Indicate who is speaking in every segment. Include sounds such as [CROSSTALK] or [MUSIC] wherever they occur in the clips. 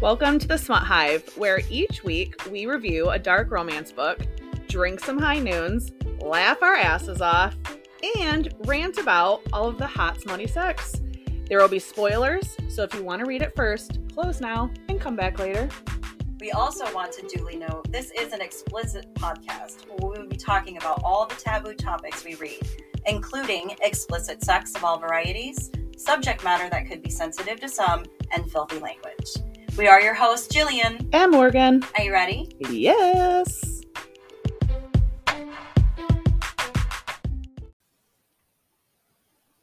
Speaker 1: Welcome to the Smut Hive, where each week we review a dark romance book, drink some high noons, laugh our asses off, and rant about all of the hot, smutty sex. There will be spoilers, so if you want to read it first, close now and come back later.
Speaker 2: We also want to duly note this is an explicit podcast where we will be talking about all the taboo topics we read, including explicit sex of all varieties, subject matter that could be sensitive to some, and filthy language. We are your hosts, Jillian.
Speaker 1: And Morgan.
Speaker 2: Are you ready?
Speaker 1: Yes.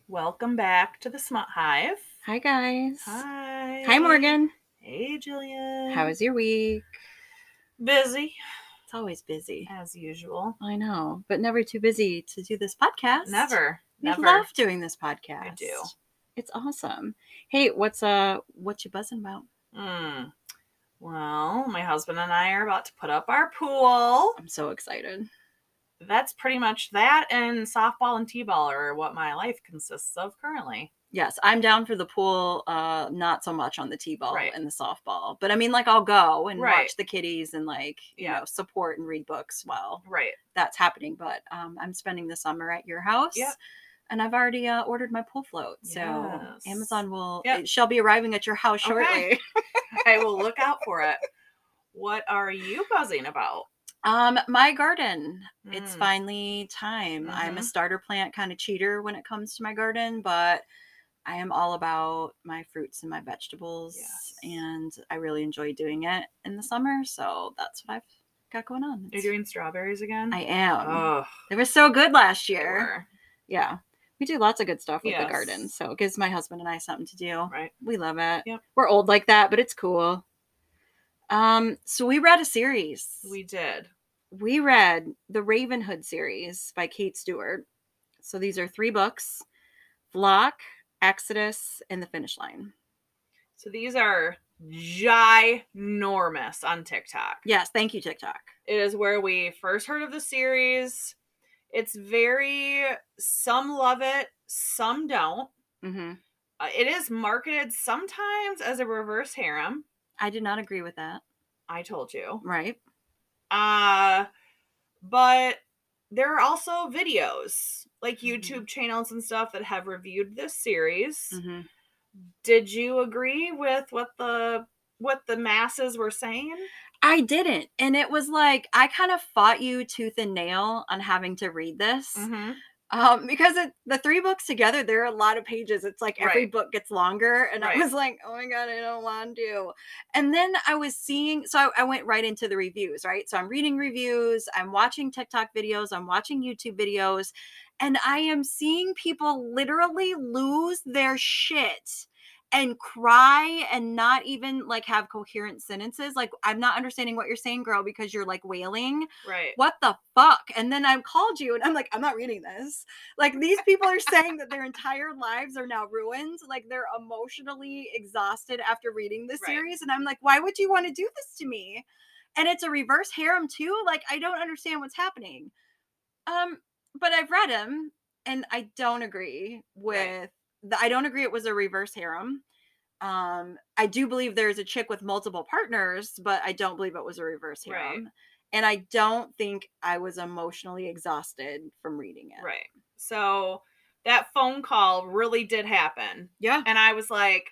Speaker 1: Welcome back to the Smut Hive.
Speaker 2: Hi, guys.
Speaker 1: Hi.
Speaker 2: Hi, Morgan.
Speaker 1: Hey, Jillian.
Speaker 2: How was your week?
Speaker 1: busy
Speaker 2: It's always busy.
Speaker 1: as usual?
Speaker 2: I know, but never too busy to do this podcast.
Speaker 1: Never.
Speaker 2: We
Speaker 1: never.
Speaker 2: love doing this podcast.
Speaker 1: do.
Speaker 2: It's awesome. Hey, what's uh, what you buzzing about?
Speaker 1: Mm. Well, my husband and I are about to put up our pool.
Speaker 2: I'm so excited.
Speaker 1: That's pretty much that, and softball and t-ball are what my life consists of currently.
Speaker 2: Yes, I'm down for the pool. Uh, not so much on the t-ball
Speaker 1: Right.
Speaker 2: and the softball, but I mean, like, I'll go and
Speaker 1: Right.
Speaker 2: watch the kiddies and like, you
Speaker 1: Yeah.
Speaker 2: know, support and read books while
Speaker 1: Right.
Speaker 2: that's happening. But um, I'm spending the summer at your house.
Speaker 1: Yep.
Speaker 2: And I've already uh, ordered my pool float, so
Speaker 1: Yes.
Speaker 2: Amazon will
Speaker 1: Yep.
Speaker 2: it shall be arriving at your house
Speaker 1: Okay.
Speaker 2: shortly.
Speaker 1: I will look out for it. What are you buzzing about?
Speaker 2: Um, my garden. It's
Speaker 1: Mm.
Speaker 2: finally time. I'm a
Speaker 1: Mhm.
Speaker 2: starter plant kind of cheater when it comes to my garden, but I am all about my fruits and my vegetables,
Speaker 1: Yes.
Speaker 2: and I really enjoy doing it in the summer. So that's what I've got going on.
Speaker 1: You're
Speaker 2: It's-
Speaker 1: doing strawberries again?
Speaker 2: I am.
Speaker 1: Oh,
Speaker 2: They were so good last year. Yeah. We do lots of good stuff with the
Speaker 1: Yes.
Speaker 2: garden. So it gives my husband and I something to do.
Speaker 1: Right.
Speaker 2: We love it.
Speaker 1: Yep.
Speaker 2: We're old like that, but it's cool. Um, so we read a series
Speaker 1: We did.
Speaker 2: we read the Ravenhood series by Kate Stewart. So these are three books Flock, Exodus, and The Finish Line.
Speaker 1: So these are ginormous on TikTok.
Speaker 2: Yes, thank you, TikTok.
Speaker 1: It is where we first heard of the series. It's very some love it, some don't.
Speaker 2: hmm
Speaker 1: Uh, it is marketed sometimes as a reverse harem.
Speaker 2: I did not agree with that.
Speaker 1: I told you.
Speaker 2: Right.
Speaker 1: Uh but there are also videos like
Speaker 2: Mhm.
Speaker 1: YouTube channels and stuff that have reviewed this series.
Speaker 2: hmm
Speaker 1: Did you agree with what the what the masses were saying?
Speaker 2: I didn't. And it was like, I kind of fought you tooth and nail on having to read this
Speaker 1: Mm-hmm.
Speaker 2: um, because it, the three books together, there are a lot of pages. It's like every
Speaker 1: Right.
Speaker 2: book gets longer. And
Speaker 1: Right.
Speaker 2: I was like, oh my God, I don't want to. And then I was seeing, so I, I went right into the reviews, right? So I'm reading reviews, I'm watching TikTok videos, I'm watching YouTube videos, and I am seeing people literally lose their shit and cry and not even like have coherent sentences. Like, I'm not understanding what you're saying, girl, because you're like wailing
Speaker 1: Right.
Speaker 2: what the fuck? And then I called you and I'm like, I'm not reading this. Like, these people are saying that their entire lives are now ruined. Like, they're emotionally exhausted after reading this
Speaker 1: Right.
Speaker 2: series. And I'm like, why would you want to do this to me? And it's a reverse harem, too. Like, I don't understand what's happening. Um, but I've read him and I don't agree with
Speaker 1: Right.
Speaker 2: the, I don't agree it was a reverse harem. Um, I do believe there's a chick with multiple partners, but I don't believe it was a reverse
Speaker 1: Right.
Speaker 2: harem and I don't think I was emotionally exhausted from reading it.
Speaker 1: Right. So that phone call really did happen.
Speaker 2: Yeah.
Speaker 1: And I was like,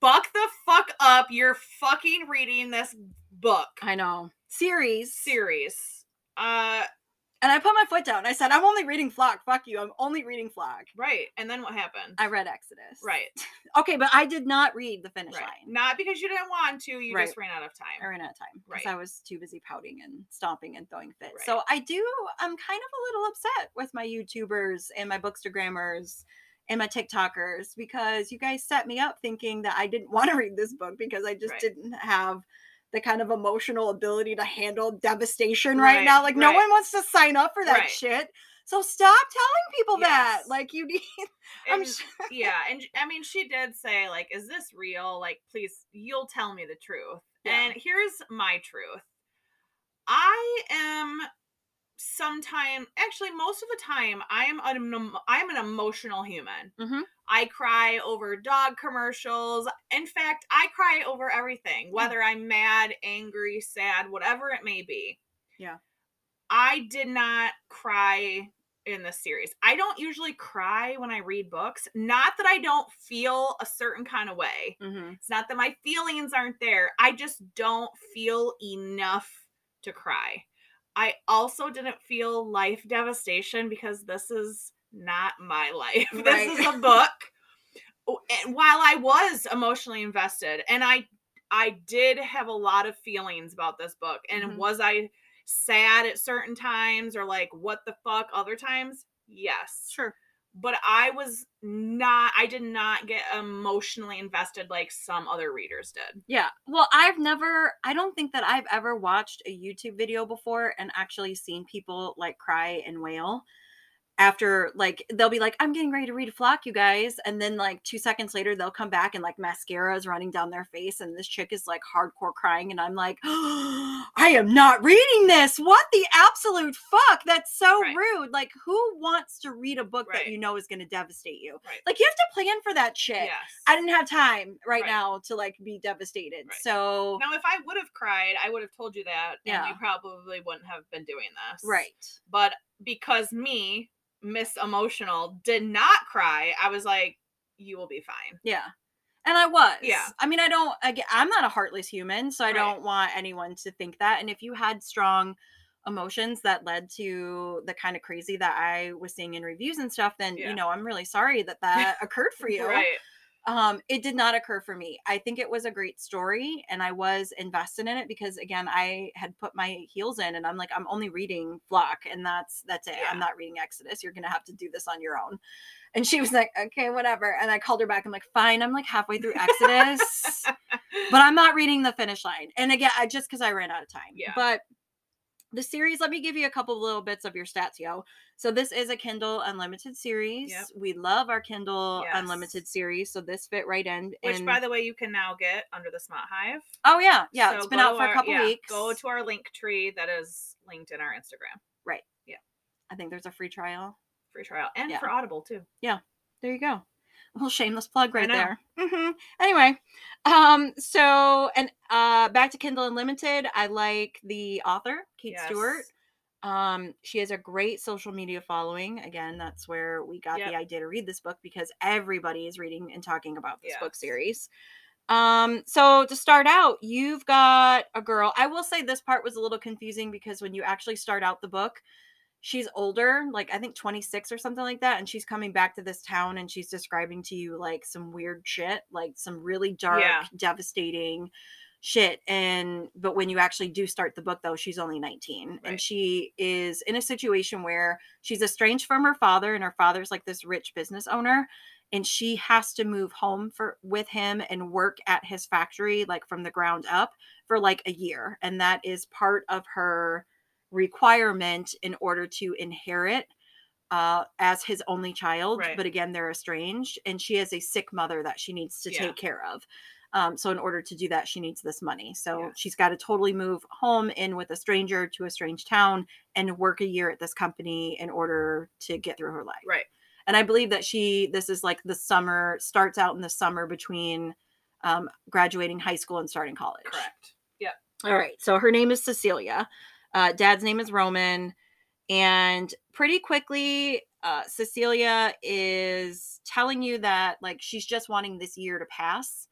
Speaker 1: buck the fuck up. You're fucking reading this book
Speaker 2: I know. Series.
Speaker 1: series. Uh,
Speaker 2: And I put my foot down. I said, I'm only reading Flock. Fuck you. I'm only reading Flock.
Speaker 1: right. And then what happened?
Speaker 2: I read Exodus.
Speaker 1: right.
Speaker 2: Okay, but I did not read the finish
Speaker 1: Right.
Speaker 2: line.
Speaker 1: Not because you didn't want to, you
Speaker 2: Right.
Speaker 1: just ran out of time.
Speaker 2: I ran out of time because
Speaker 1: Right.
Speaker 2: I was too busy pouting and stomping and throwing fits.
Speaker 1: Right.
Speaker 2: So I do, I'm kind of a little upset with my YouTubers and my bookstagrammers and my TikTokers because you guys set me up thinking that I didn't want to read this book because I just
Speaker 1: Right.
Speaker 2: didn't have the kind of emotional ability to handle devastation right, now.
Speaker 1: Right,
Speaker 2: Like no
Speaker 1: right.
Speaker 2: one wants to sign up for that
Speaker 1: Right.
Speaker 2: shit. So stop telling people that.
Speaker 1: Yes.
Speaker 2: Like you need I'm
Speaker 1: And, yeah. And I mean, she did say, like, is this real? Like, please, you'll tell me the truth.
Speaker 2: Yeah.
Speaker 1: And here's my truth I am sometime actually most of the time i'm an emo- i'm an emotional human
Speaker 2: Mhm.
Speaker 1: i cry over dog commercials in fact i cry over
Speaker 2: Mm.
Speaker 1: everything whether i'm mad angry sad whatever it may be
Speaker 2: Yeah.
Speaker 1: i did not cry in this series i don't usually cry when i read books not that i don't feel a certain kind of way
Speaker 2: Mm-hmm.
Speaker 1: it's not that my feelings aren't there. I just don't feel enough to cry. I also didn't feel life devastation because this is not my [LAUGHS] life.
Speaker 2: Right.
Speaker 1: This is
Speaker 2: [LAUGHS]
Speaker 1: a book. Oh, And while I was emotionally invested and I I did have a lot of feelings about this book and
Speaker 2: Mhm.
Speaker 1: was I sad at certain times or like what the fuck other times? Yes
Speaker 2: Sure.
Speaker 1: but I was not I did not get emotionally invested like some other readers did.
Speaker 2: Yeah. Well, I've never, I don't think that I've ever watched a YouTube video before and actually seen people like cry and wail after, like, they'll be like, I'm getting ready to read a flock, you guys. And then, like, two seconds later, they'll come back and, like, mascara is running down their face. And this chick is, like, hardcore crying. And I'm like, "Oh, I am not reading this. What the absolute fuck? That's so
Speaker 1: Right.
Speaker 2: rude. Like, who wants to read a book
Speaker 1: Right.
Speaker 2: that you know is going to devastate you?
Speaker 1: Right.
Speaker 2: Like, you have to plan for that shit.
Speaker 1: Yes.
Speaker 2: I didn't have time right,
Speaker 1: Right.
Speaker 2: now to like be devastated.
Speaker 1: Right.
Speaker 2: So
Speaker 1: now if I would have cried, I would have told you that and
Speaker 2: Yeah.
Speaker 1: you probably wouldn't have been doing this.
Speaker 2: right.
Speaker 1: But because me, Miss Emotional, did not cry, I was like, you will be fine.
Speaker 2: Yeah. And I was.
Speaker 1: Yeah.
Speaker 2: I mean, I don't again, I'm not a heartless human, so I
Speaker 1: Right.
Speaker 2: don't want anyone to think that. And if you had strong emotions that led to the kind of crazy that I was seeing in reviews and stuff, then
Speaker 1: Yeah.
Speaker 2: you know, I'm really sorry that that
Speaker 1: [LAUGHS]
Speaker 2: occurred for you.
Speaker 1: Right.
Speaker 2: um it did not occur for me i think it was a great story and i was invested in it because again i had put my heels in and i'm like i'm only reading flock and that's that's it
Speaker 1: Yeah.
Speaker 2: i'm not reading exodus you're gonna have to do this on your own and she was like okay whatever and i called her back i'm like fine i'm like halfway
Speaker 1: [LAUGHS]
Speaker 2: through exodus but i'm not reading the finish line and again i just because i ran out of time
Speaker 1: Yeah.
Speaker 2: but the series let me give you a couple little bits of your stats yo so this is a kindle unlimited series we love our kindle
Speaker 1: Yes.
Speaker 2: unlimited series so this fit right in
Speaker 1: Which
Speaker 2: and-
Speaker 1: by the way you can now get under the Smart Hive.
Speaker 2: oh yeah yeah
Speaker 1: So
Speaker 2: it's been
Speaker 1: go
Speaker 2: out
Speaker 1: to
Speaker 2: for
Speaker 1: our-
Speaker 2: a couple
Speaker 1: yeah,
Speaker 2: weeks
Speaker 1: Go to our link tree that is linked in our Instagram.
Speaker 2: i think there's a free trial
Speaker 1: Free trial. And
Speaker 2: Yeah.
Speaker 1: for Audible too.
Speaker 2: there you go a little shameless plug right
Speaker 1: know.
Speaker 2: there hmm anyway um so and uh back to kindle unlimited i like the author kate stewart
Speaker 1: Yes.
Speaker 2: Um, she has a great social media following. Again, that's where we got
Speaker 1: Yep.
Speaker 2: the idea to read this book because everybody is reading and talking about this book
Speaker 1: Yes.
Speaker 2: series. Um, so to start out, you've got a girl. I will say this part was a little confusing because when you actually start out the book, she's older, like I think 26 or something like that, and she's coming back to this town and she's describing to you like some weird shit, like some really dark,
Speaker 1: Yeah.
Speaker 2: devastating shit. And but when you actually do start the book though, she's only 19
Speaker 1: Right.
Speaker 2: and she is in a situation where she's estranged from her father and her father's like this rich business owner and she has to move home for with him and work at his factory like from the ground up for like a year and that is part of her requirement in order to inherit uh, as his only child
Speaker 1: Right.
Speaker 2: but again they're estranged and she has a sick mother that she needs to
Speaker 1: Yeah.
Speaker 2: take care of um, so in order to do that she needs this money so
Speaker 1: Yeah.
Speaker 2: she's got to totally move home in with a stranger to a strange town and work a year at this company in order to get through her life
Speaker 1: Right.
Speaker 2: and i believe that she this is like the summer starts out in the summer between um, graduating high school and starting college
Speaker 1: Correct.
Speaker 2: all right. So her name is Cecilia. Uh, dad's name is Roman. And pretty quickly, uh, Cecilia is telling you that, like, she's just wanting this year to pass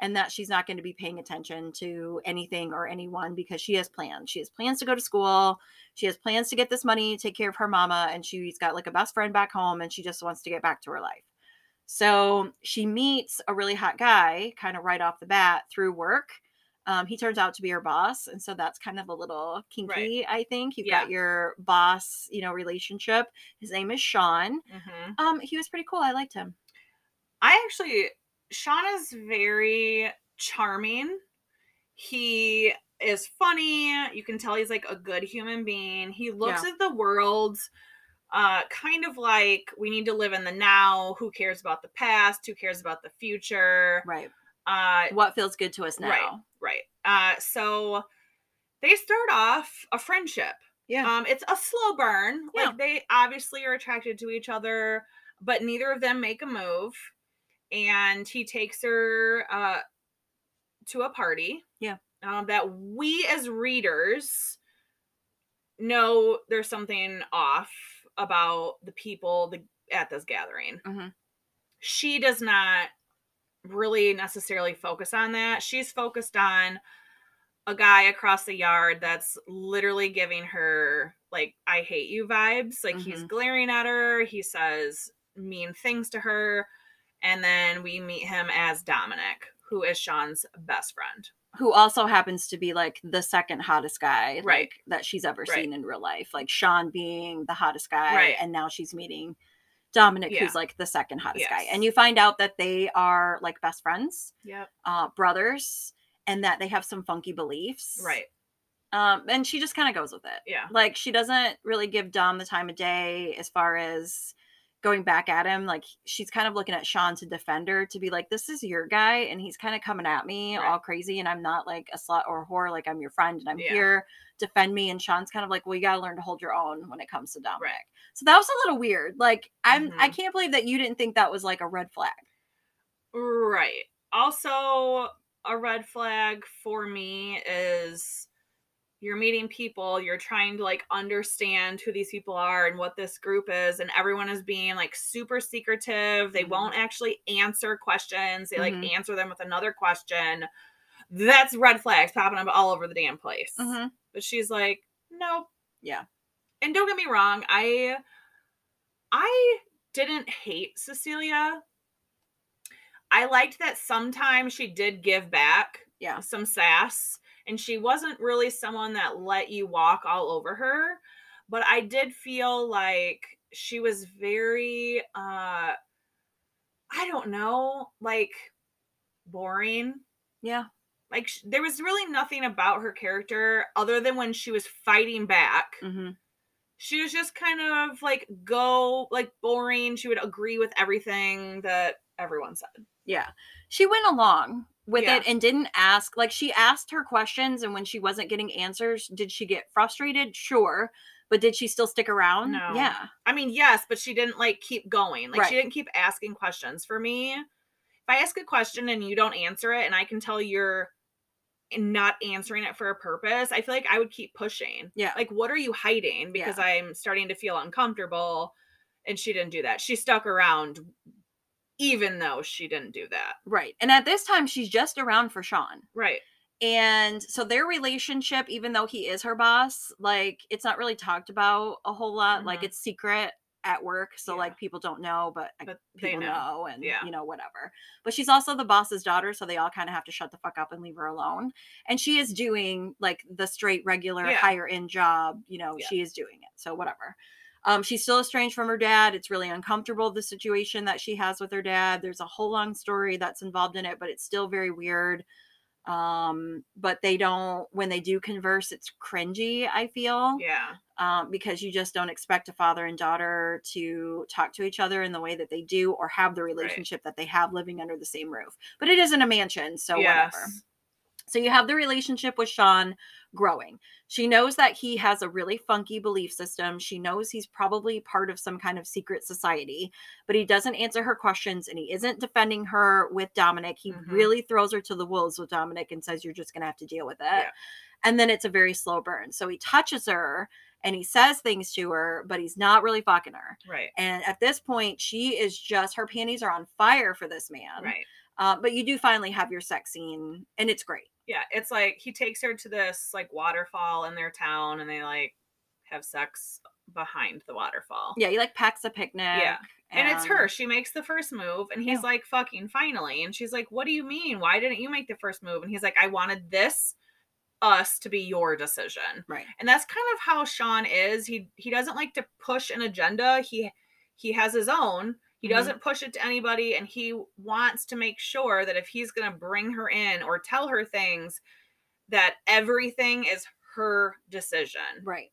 Speaker 2: and that she's not going to be paying attention to anything or anyone because she has plans. She has plans to go to school. She has plans to get this money, take care of her mama. And she's got, like, a best friend back home and she just wants to get back to her life. So she meets a really hot guy kind of right off the bat through work. Um, he turns out to be her boss. And so that's kind of a little kinky, I think. You've
Speaker 1: Yeah.
Speaker 2: got your boss, you know, relationship. His name is Sean.
Speaker 1: hmm
Speaker 2: Um, he was pretty cool. I liked him.
Speaker 1: I actually, Sean is very charming. He is funny. You can tell he's like a good human being. He looks at the world uh, kind of like we need to live in the now. Who cares about the past? Who cares about the future?
Speaker 2: Right.
Speaker 1: Uh,
Speaker 2: What feels good to us now.
Speaker 1: Right. Right. Uh, so they start off a friendship.
Speaker 2: Yeah.
Speaker 1: Um, it's a slow burn.
Speaker 2: Yeah.
Speaker 1: Like they obviously are attracted to each other, but neither of them make a move. And he takes her uh, to a party.
Speaker 2: Yeah.
Speaker 1: Um, that we as readers know there's something off about the people the, at this gathering.
Speaker 2: Mhm.
Speaker 1: She does not really necessarily focus on that. She's focused on a guy across the yard that's literally giving her like I hate you vibes. Like he's
Speaker 2: Mhm.
Speaker 1: glaring at her, he says mean things to her, and then we meet him as Dominic, who is Sean's best friend.
Speaker 2: Who also happens to be like the second hottest guy
Speaker 1: Right.
Speaker 2: like, that she's ever
Speaker 1: Right.
Speaker 2: seen in real life. Like Sean being the hottest guy,
Speaker 1: Right.
Speaker 2: and now she's meeting Dominic,
Speaker 1: Yeah.
Speaker 2: who's like the second hottest guy.
Speaker 1: Yes.
Speaker 2: And you find out that they are like best friends,
Speaker 1: Yep.
Speaker 2: uh, brothers, and that they have some funky beliefs.
Speaker 1: Right.
Speaker 2: Um, and she just kind of goes with it.
Speaker 1: Yeah.
Speaker 2: Like she doesn't really give Dom the time of day as far as going back at him. Like she's kind of looking at Sean to defend her to be like, "This is your guy," and he's kind of coming at me
Speaker 1: Right.
Speaker 2: all crazy, and I'm not like a slut or a whore. Like I'm your friend, and I'm
Speaker 1: Yeah.
Speaker 2: here defend me. And Sean's kind of like, "Well, you gotta learn to hold your own when it comes to Dominic."
Speaker 1: Right.
Speaker 2: So that was a little weird. Like I'm, I
Speaker 1: Mhm.
Speaker 2: can't believe that you didn't think that was like a red flag.
Speaker 1: Right. Also, a red flag for me is you're meeting people, you're trying to like understand who these people are and what this group is, and everyone is being like super secretive. They
Speaker 2: Mhm.
Speaker 1: won't actually answer questions, they like
Speaker 2: Mhm.
Speaker 1: answer them with another question. That's red flags popping up all over the damn place.
Speaker 2: Mhm.
Speaker 1: But she's like, nope.
Speaker 2: Yeah.
Speaker 1: And don't get me wrong, I I didn't hate Cecilia. I liked that sometimes she did give back
Speaker 2: Yeah.
Speaker 1: some sass and she wasn't really someone that let you walk all over her, but I did feel like she was very uh I don't know, like boring.
Speaker 2: Yeah.
Speaker 1: Like sh- there was really nothing about her character other than when she was fighting back
Speaker 2: hmm
Speaker 1: she was just kind of like go like boring she would agree with everything that everyone said
Speaker 2: Yeah. She went along with
Speaker 1: Yeah.
Speaker 2: it and didn't ask. Like she asked her questions and when she wasn't getting answers, did she get frustrated? Sure. But did she still stick around?
Speaker 1: No.
Speaker 2: Yeah.
Speaker 1: i mean yes but she didn't like keep going like she
Speaker 2: Right.
Speaker 1: didn't keep asking questions for me if i ask a question and you don't answer it and i can tell you're not answering it for a purpose i feel like i would keep pushing
Speaker 2: Yeah.
Speaker 1: like what are you hiding because i'm starting to feel uncomfortable and she didn't do that she stuck around even though she didn't do that
Speaker 2: right. And at this time she's just around for Sean.
Speaker 1: right
Speaker 2: And so their relationship, even though he is her boss, like it's not really talked about a whole lot. Like
Speaker 1: Mhm.
Speaker 2: it's secret at work. So
Speaker 1: Yeah.
Speaker 2: like people don't know, but, I
Speaker 1: but they
Speaker 2: people
Speaker 1: know,
Speaker 2: know. and
Speaker 1: Yeah.
Speaker 2: you know whatever but she's also the boss's daughter so they all kind of have to shut the fuck up and leave her alone and she is doing like the straight regular
Speaker 1: Yeah.
Speaker 2: higher end job you know
Speaker 1: Yeah.
Speaker 2: she is doing it so whatever um, she's still estranged from her dad it's really uncomfortable the situation that she has with her dad there's a whole long story that's involved in it but it's still very weird um but they don't when they do converse it's cringy i feel
Speaker 1: yeah
Speaker 2: um, because you just don't expect a father and daughter to talk to each other in the way that they do or have the relationship that they have living under the same roof. But it isn't a mansion, so whatever.
Speaker 1: Yes.
Speaker 2: So you have the relationship with Sean growing. She knows that he has a really funky belief system. She knows he's probably part of some kind of secret society, but he doesn't answer her questions and he isn't defending her with Dominic. He
Speaker 1: Mhm.
Speaker 2: really throws her to the wolves with Dominic and says, You're just going to have to deal with it.
Speaker 1: Yeah.
Speaker 2: And then it's a very slow burn. So he touches her and he says things to her, but he's not really fucking her.
Speaker 1: right
Speaker 2: And at this point, she is just, her panties are on fire for this man.
Speaker 1: right
Speaker 2: Uh, but you do finally have your sex scene and it's great.
Speaker 1: yeah it's like he takes her to this like waterfall in their town and they like have sex behind the waterfall
Speaker 2: Yeah, he like packs a picnic.
Speaker 1: and it's her she makes the first move and he's
Speaker 2: Yeah.
Speaker 1: like fucking finally and she's like what do you mean why didn't you make the first move and he's like i wanted this us to be your decision
Speaker 2: Right.
Speaker 1: and that's kind of how sean is he he doesn't like to push an agenda he he has his own he
Speaker 2: Mhm.
Speaker 1: doesn't push it to anybody and he wants to make sure that if he's going to bring her in or tell her things that everything is her decision
Speaker 2: Right.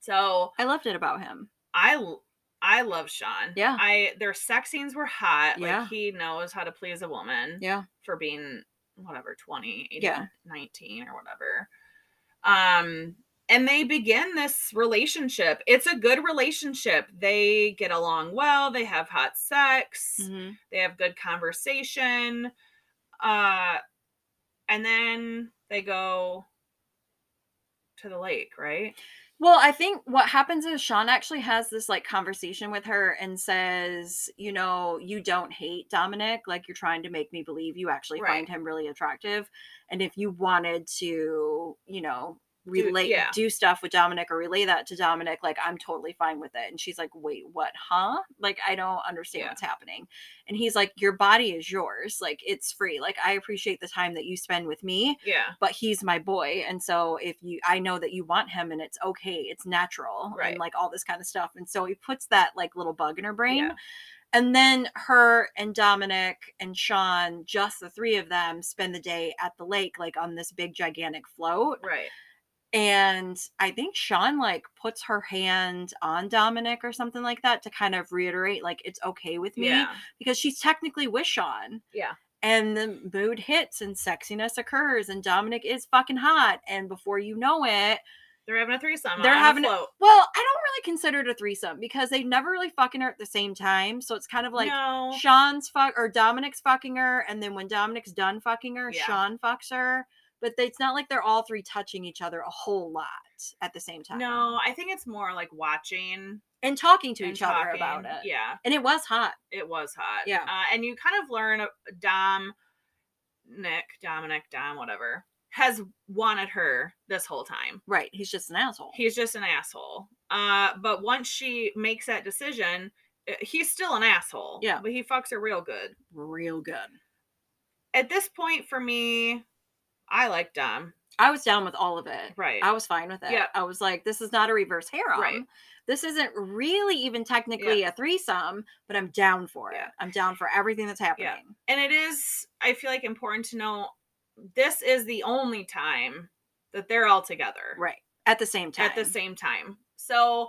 Speaker 1: so
Speaker 2: I loved it about him.
Speaker 1: I l- I love Sean.
Speaker 2: Yeah.
Speaker 1: I their sex scenes were hot.
Speaker 2: Yeah.
Speaker 1: Like he knows how to please a woman
Speaker 2: Yeah.
Speaker 1: for being whatever 20, 18,
Speaker 2: Yeah.
Speaker 1: 19 or whatever. Um and they begin this relationship. It's a good relationship. They get along well, they have hot sex,
Speaker 2: Mhm.
Speaker 1: they have good conversation. Uh and then they go to the lake, right?
Speaker 2: Well, I think what happens is Sean actually has this like conversation with her and says, you know, you don't hate Dominic. Like you're trying to make me believe you actually
Speaker 1: Right.
Speaker 2: find him really attractive. And if you wanted to, you know, relate
Speaker 1: yeah.
Speaker 2: do stuff with Dominic or relay that to Dominic, like I'm totally fine with it. And she's like, wait, what, huh? Like I don't understand
Speaker 1: Yeah.
Speaker 2: what's happening. And he's like, Your body is yours. Like it's free. Like I appreciate the time that you spend with me
Speaker 1: Yeah.
Speaker 2: but he's my boy and so if you i know that you want him and it's okay it's natural
Speaker 1: Right.
Speaker 2: and like all this kind of stuff and so he puts that like little bug in her brain
Speaker 1: Yeah.
Speaker 2: and then her and dominic and sean just the three of them spend the day at the lake like on this big gigantic float
Speaker 1: Right.
Speaker 2: and i think sean like puts her hand on dominic or something like that to kind of reiterate like it's okay with me
Speaker 1: Yeah.
Speaker 2: because she's technically with Sean.
Speaker 1: Yeah.
Speaker 2: And the mood hits and sexiness occurs and Dominic is fucking hot. And before you know it,
Speaker 1: They're having a threesome.
Speaker 2: They're
Speaker 1: on a
Speaker 2: having a-
Speaker 1: float.
Speaker 2: well, I don't really consider it a threesome because they never really fucking her at the same time. So it's kind of like
Speaker 1: no.
Speaker 2: Sean's fuck or Dominic's fucking her. And then when Dominic's done fucking her,
Speaker 1: Yeah.
Speaker 2: Sean fucks her. But they- it's not like they're all three touching each other a whole lot at the same time.
Speaker 1: No, I think it's more like watching
Speaker 2: And talking to
Speaker 1: and
Speaker 2: each other about
Speaker 1: talking.
Speaker 2: it.
Speaker 1: Yeah.
Speaker 2: And it was hot.
Speaker 1: it was hot.
Speaker 2: Yeah.
Speaker 1: Uh, and you kind of learn uh, Dom, Nick, Dominic, Dom, whatever, has wanted her this whole time.
Speaker 2: Right. He's just an asshole.
Speaker 1: He's just an asshole. Uh, but once she makes that decision, uh, he's still an asshole.
Speaker 2: Yeah.
Speaker 1: But he fucks her real good.
Speaker 2: Real good.
Speaker 1: At this point, for me, I like Dom.
Speaker 2: I was down with all of it.
Speaker 1: Right.
Speaker 2: I was fine with it.
Speaker 1: Yeah.
Speaker 2: I was like, this is not a reverse harem.
Speaker 1: Right.
Speaker 2: This isn't really even technically a threesome, but I'm down for it.
Speaker 1: Yeah.
Speaker 2: I'm down for everything that's happening.
Speaker 1: and it is, I feel like, important to know this is the only time that they're all together.
Speaker 2: Right. At the same time.
Speaker 1: at the same time. So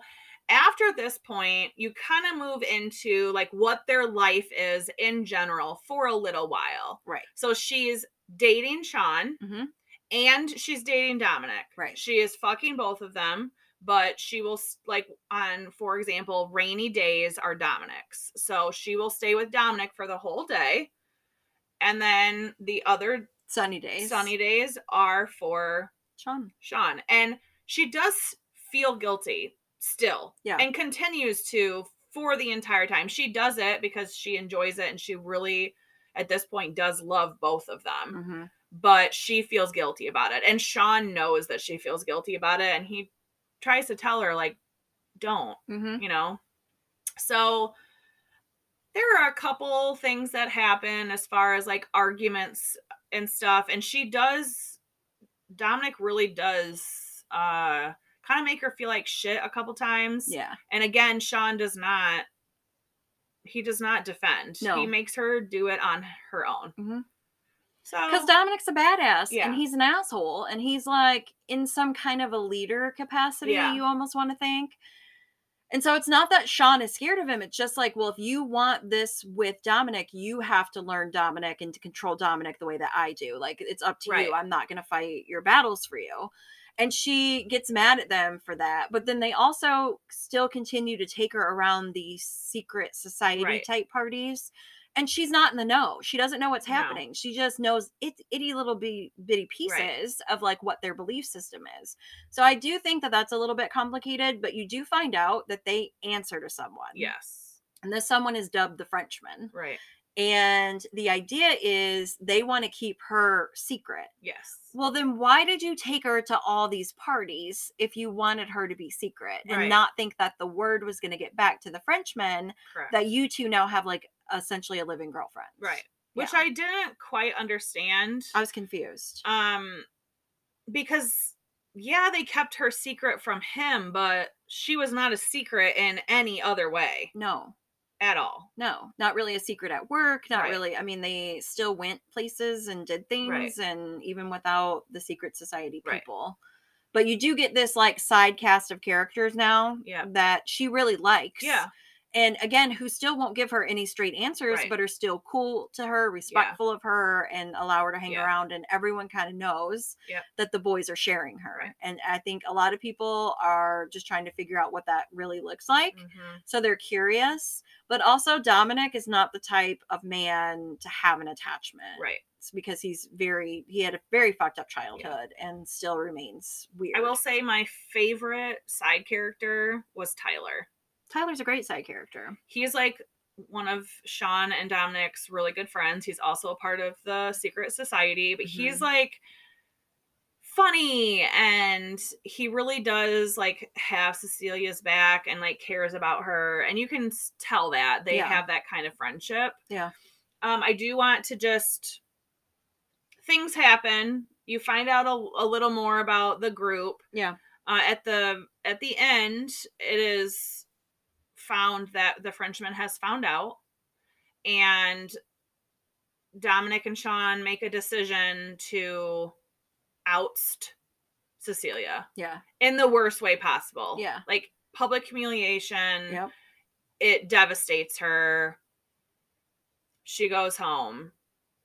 Speaker 1: after this point, you kind of move into like what their life is in general for a little while.
Speaker 2: Right.
Speaker 1: So she's dating Sean
Speaker 2: Mhm.
Speaker 1: and she's dating Dominic.
Speaker 2: Right.
Speaker 1: She is fucking both of them, but she will s- like on for example, rainy days are Dominic's. So she will stay with Dominic for the whole day. And then the other
Speaker 2: Sunny days.
Speaker 1: sunny days are for
Speaker 2: Sean.
Speaker 1: Sean. And she does feel guilty still.
Speaker 2: Yeah.
Speaker 1: And continues to for the entire time. She does it because she enjoys it and she really at this point does love both of them.
Speaker 2: hmm
Speaker 1: But she feels guilty about it. And Sean knows that she feels guilty about it and he tries to tell her like don't,
Speaker 2: hmm
Speaker 1: you know. So there are a couple things that happen as far as like arguments and stuff and she does dominic really does uh kind of make her feel like shit a couple times
Speaker 2: Yeah.
Speaker 1: and again sean does not he does not defend
Speaker 2: No.
Speaker 1: he makes her do it on her own
Speaker 2: Mhm.
Speaker 1: so
Speaker 2: Because Dominic's a badass
Speaker 1: Yeah.
Speaker 2: and he's an asshole and he's like in some kind of a leader capacity,
Speaker 1: Yeah.
Speaker 2: you almost want to think. And so it's not that Sean is scared of him. It's just like, well, if you want this with Dominic, you have to learn Dominic and to control Dominic the way that I do. Like, it's up to
Speaker 1: Right.
Speaker 2: you. I'm not going to fight your battles for you. And she gets mad at them for that. But then they also still continue to take her around the secret society
Speaker 1: Right.
Speaker 2: type parties and she's not in the know. She doesn't know what's
Speaker 1: No.
Speaker 2: happening. She just knows it itty little bitty, bitty pieces
Speaker 1: Right.
Speaker 2: of like what their belief system is. So I do think that that's a little bit complicated, but you do find out that they answer to someone.
Speaker 1: yes
Speaker 2: And this someone is dubbed the Frenchman.
Speaker 1: right
Speaker 2: And the idea is they want to keep her secret.
Speaker 1: yes
Speaker 2: Well, then why did you take her to all these parties if you wanted her to be secret and
Speaker 1: Right.
Speaker 2: not think that the word was going to get back to the Frenchman
Speaker 1: correct
Speaker 2: that you two now have like essentially a living girlfriend?
Speaker 1: right which
Speaker 2: Yeah.
Speaker 1: i didn't quite understand
Speaker 2: I was confused.
Speaker 1: um because yeah they kept her secret from him but she was not a secret in any other way
Speaker 2: no,
Speaker 1: at all
Speaker 2: no, not really a secret at work. Not
Speaker 1: Right.
Speaker 2: really. I mean, they still went places and did things, and even without the secret society
Speaker 1: Right.
Speaker 2: people. But you do get this like side cast of characters now
Speaker 1: Yeah.
Speaker 2: that she really likes.
Speaker 1: yeah
Speaker 2: and again who still won't give her any straight answers
Speaker 1: Right.
Speaker 2: but are still cool to her respectful of her and allow her to hang
Speaker 1: Yeah.
Speaker 2: around and everyone kind of knows
Speaker 1: Yep.
Speaker 2: that the boys are sharing her
Speaker 1: Right.
Speaker 2: and i think a lot of people are just trying to figure out what that really looks like [LAUGHS]
Speaker 1: Mhm.
Speaker 2: so they're curious but also dominic is not the type of man to have an attachment
Speaker 1: Right.
Speaker 2: It's because he's very he had a very fucked up childhood and still remains weird
Speaker 1: I will say my favorite side character was Tyler.
Speaker 2: tyler's a great side character
Speaker 1: He's like one of Sean and Dominic's really good friends. He's also a part of the secret society, but
Speaker 2: Mm-hmm.
Speaker 1: he's like funny and he really does like have Cecilia's back and like cares about her. And you can s- tell that they
Speaker 2: Yeah.
Speaker 1: have that kind of friendship.
Speaker 2: Yeah.
Speaker 1: Um, I do want to just things happen. You find out a, a little more about the group.
Speaker 2: Yeah.
Speaker 1: Uh, at the at the end, it is found that the Frenchman has found out, and Dominic and Sean make a decision to oust Cecilia
Speaker 2: yeah
Speaker 1: in the worst way possible.
Speaker 2: Yeah.
Speaker 1: Like public humiliation.
Speaker 2: yep
Speaker 1: It devastates her. She goes home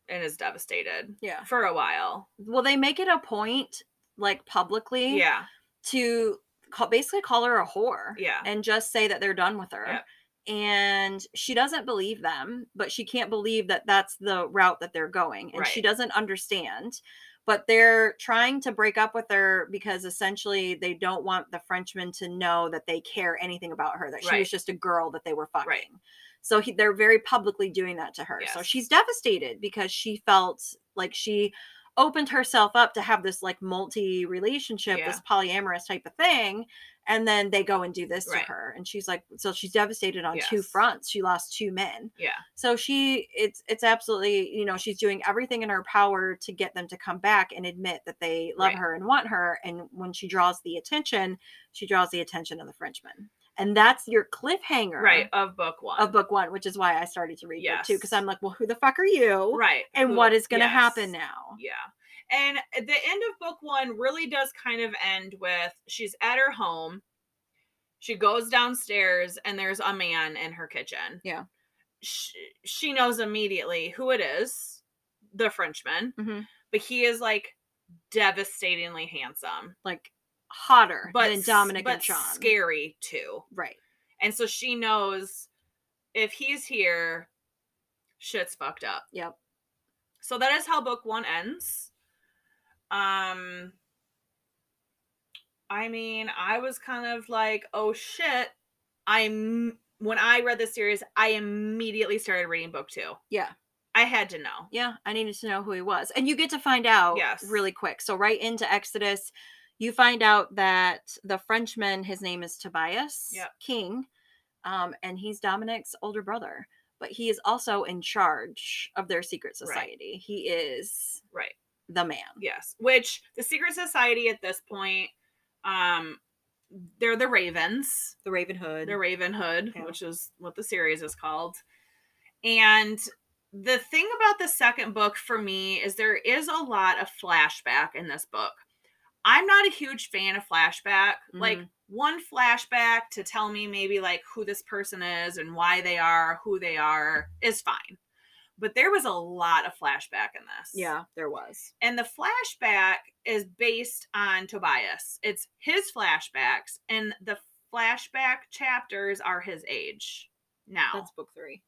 Speaker 1: and is devastated
Speaker 2: yeah
Speaker 1: for a while.
Speaker 2: well they make it a point like publicly
Speaker 1: Yeah.
Speaker 2: to call, basically call her a whore
Speaker 1: Yeah.
Speaker 2: and just say that they're done with her
Speaker 1: Yep.
Speaker 2: and she doesn't believe them but she can't believe that that's the route that they're going and she
Speaker 1: Right.
Speaker 2: doesn't understand but they're trying to break up with her because essentially they don't want the frenchman to know that they care anything about her that she
Speaker 1: Right.
Speaker 2: was just a girl that they were fucking so he, they're very publicly doing that to her so
Speaker 1: Yes.
Speaker 2: she's devastated because she felt like she opened herself up to have this like multi relationship
Speaker 1: Yeah.
Speaker 2: this polyamorous type of thing and then they go and do this
Speaker 1: Right.
Speaker 2: to her and she's like so she's devastated on two
Speaker 1: Yes.
Speaker 2: fronts she lost two men
Speaker 1: Yeah.
Speaker 2: so she it's it's absolutely you know she's doing everything in her power to get them to come back and admit that they love
Speaker 1: Right.
Speaker 2: her and want her and when she draws the attention she draws the attention of the frenchman and that's your cliffhanger
Speaker 1: Right. Of book one.
Speaker 2: of book one which is why i started to read book two because
Speaker 1: Yes.
Speaker 2: i'm like well who the fuck are you
Speaker 1: Right.
Speaker 2: and
Speaker 1: who-
Speaker 2: what is going to
Speaker 1: yes.
Speaker 2: happen now
Speaker 1: Yeah. And the end of book one really does kind of end with she's at her home. She goes downstairs and there's a man in her kitchen.
Speaker 2: Yeah.
Speaker 1: She, she knows immediately who it is the Frenchman,
Speaker 2: Mhm.
Speaker 1: but he is like devastatingly handsome,
Speaker 2: like hotter
Speaker 1: but
Speaker 2: than
Speaker 1: s-
Speaker 2: dominic
Speaker 1: but
Speaker 2: and sean
Speaker 1: scary too.
Speaker 2: right
Speaker 1: And so she knows if he's here, shit's fucked up.
Speaker 2: yep
Speaker 1: so that is how book one ends um i mean i was kind of like oh shit i'm when i read this series i immediately started reading book two
Speaker 2: yeah
Speaker 1: i had to know
Speaker 2: Yeah, I needed to know who he was. And you get to find out
Speaker 1: Yes.
Speaker 2: really quick. So right into Exodus, you find out that the Frenchman, his name is Tobias
Speaker 1: Yep.
Speaker 2: King, um, and he's Dominic's older brother. But he is also in charge of their secret
Speaker 1: Right.
Speaker 2: society. He is
Speaker 1: right
Speaker 2: the man.
Speaker 1: yes which the secret society at this point um they're the ravens
Speaker 2: The Raven Hood.
Speaker 1: the Raven Hood,
Speaker 2: Yeah.
Speaker 1: which is what the series is called. And the thing about the second book for me is there is a lot of flashback in this book. I'm not a huge fan of flashback.
Speaker 2: Mm-hmm.
Speaker 1: Like one flashback to tell me maybe like who this person is and why they are who they are is fine. But there was a lot of flashback in this.
Speaker 2: yeah, there was.
Speaker 1: And the flashback is based on Tobias. It's his flashbacks, and the flashback chapters are his age now.
Speaker 2: That's book three.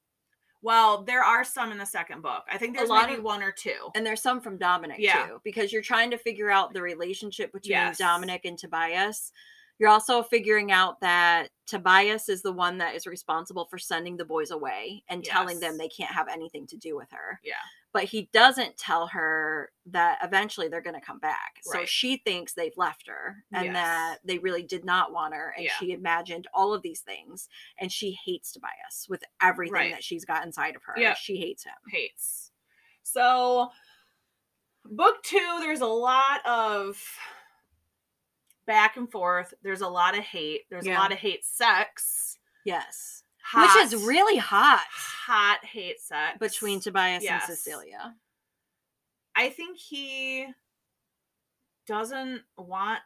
Speaker 1: well, there are some in the second book. I think there's
Speaker 2: lot
Speaker 1: maybe
Speaker 2: of-
Speaker 1: one or two.
Speaker 2: And there's some from Dominic
Speaker 1: Yeah.
Speaker 2: too, because you're trying to figure out the relationship between
Speaker 1: Yes.
Speaker 2: Dominic and Tobias. You're also figuring out that Tobias is the one that is responsible for sending the boys away and telling them
Speaker 1: Yes.
Speaker 2: they can't have anything to do with her.
Speaker 1: Yeah.
Speaker 2: But he doesn't tell her that eventually they're going to come back. So
Speaker 1: Right.
Speaker 2: she thinks they've left her and
Speaker 1: Yes.
Speaker 2: that they really did not want her. And
Speaker 1: Yeah.
Speaker 2: she imagined all of these things. And she hates Tobias with everything
Speaker 1: Right.
Speaker 2: that she's got inside of her.
Speaker 1: Yep.
Speaker 2: She hates him.
Speaker 1: hates. So, book two, there's a lot of back and forth. There's a lot of hate. There's
Speaker 2: Yeah.
Speaker 1: a lot of hate sex.
Speaker 2: Yes. Which
Speaker 1: Hot-
Speaker 2: is really hot.
Speaker 1: hot hate sex
Speaker 2: between Tobias
Speaker 1: yes.
Speaker 2: and Cecilia.
Speaker 1: I think he doesn't want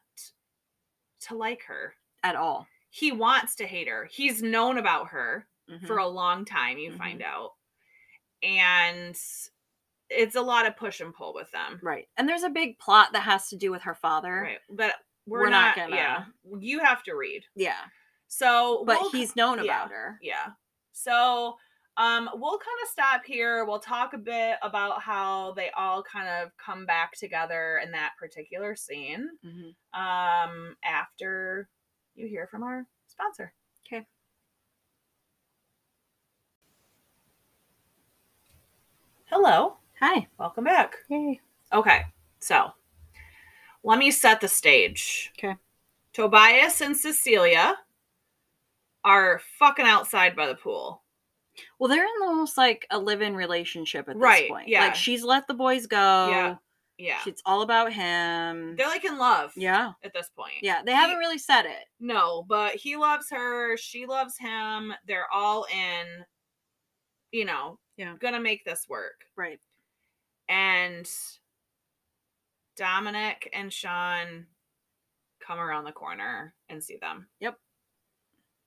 Speaker 1: to like her.
Speaker 2: At all.
Speaker 1: He wants to hate her. He's known about her. for a long time, you
Speaker 2: Mhm.
Speaker 1: find out. And it's a lot of push and pull with them.
Speaker 2: right. And there's a big plot that has to do with her father.
Speaker 1: Right. But we're,
Speaker 2: We're
Speaker 1: not,
Speaker 2: not gonna-
Speaker 1: yeah. You have to read.
Speaker 2: Yeah.
Speaker 1: So
Speaker 2: But
Speaker 1: we'll-
Speaker 2: he's known
Speaker 1: yeah.
Speaker 2: about her.
Speaker 1: yeah. So um we'll kind of stop here. We'll talk a bit about how they all kind of come back together in that particular scene. Um after you hear from our sponsor.
Speaker 2: Okay.
Speaker 1: Hello.
Speaker 2: Hi.
Speaker 1: Welcome back.
Speaker 2: Yay.
Speaker 1: Okay, so let me set the stage.
Speaker 2: 'Kay.
Speaker 1: Tobias and Cecilia are fucking outside by the pool.
Speaker 2: Well, they're in almost like a live in relationship at
Speaker 1: Right,
Speaker 2: this point.
Speaker 1: yeah.
Speaker 2: Like she's let the boys go.
Speaker 1: Yeah.
Speaker 2: She- It's all about him.
Speaker 1: They're like in love.
Speaker 2: yeah.
Speaker 1: At this point.
Speaker 2: Yeah. They
Speaker 1: He-
Speaker 2: haven't really said it.
Speaker 1: No, but he loves her. She loves him. They're all in, you know,
Speaker 2: Yeah.
Speaker 1: gonna make this work.
Speaker 2: Right.
Speaker 1: And Dominic and Sean come around the corner and see them.
Speaker 2: Yep.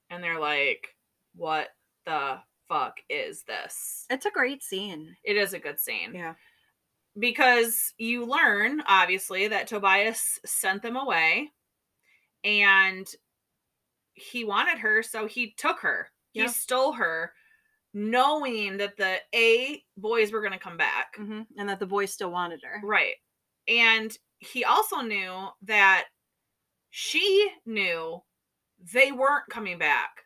Speaker 1: And they're like, what the fuck is this?
Speaker 2: It's a great scene.
Speaker 1: It is a good scene.
Speaker 2: Yeah.
Speaker 1: Because you learn, obviously, that Tobias sent them away and he wanted her, so he took her.
Speaker 2: Yeah.
Speaker 1: He stole her, knowing that the A boys were going to come back.
Speaker 2: hmm And that the boys still wanted her.
Speaker 1: Right. And he also knew that she knew they weren't coming back.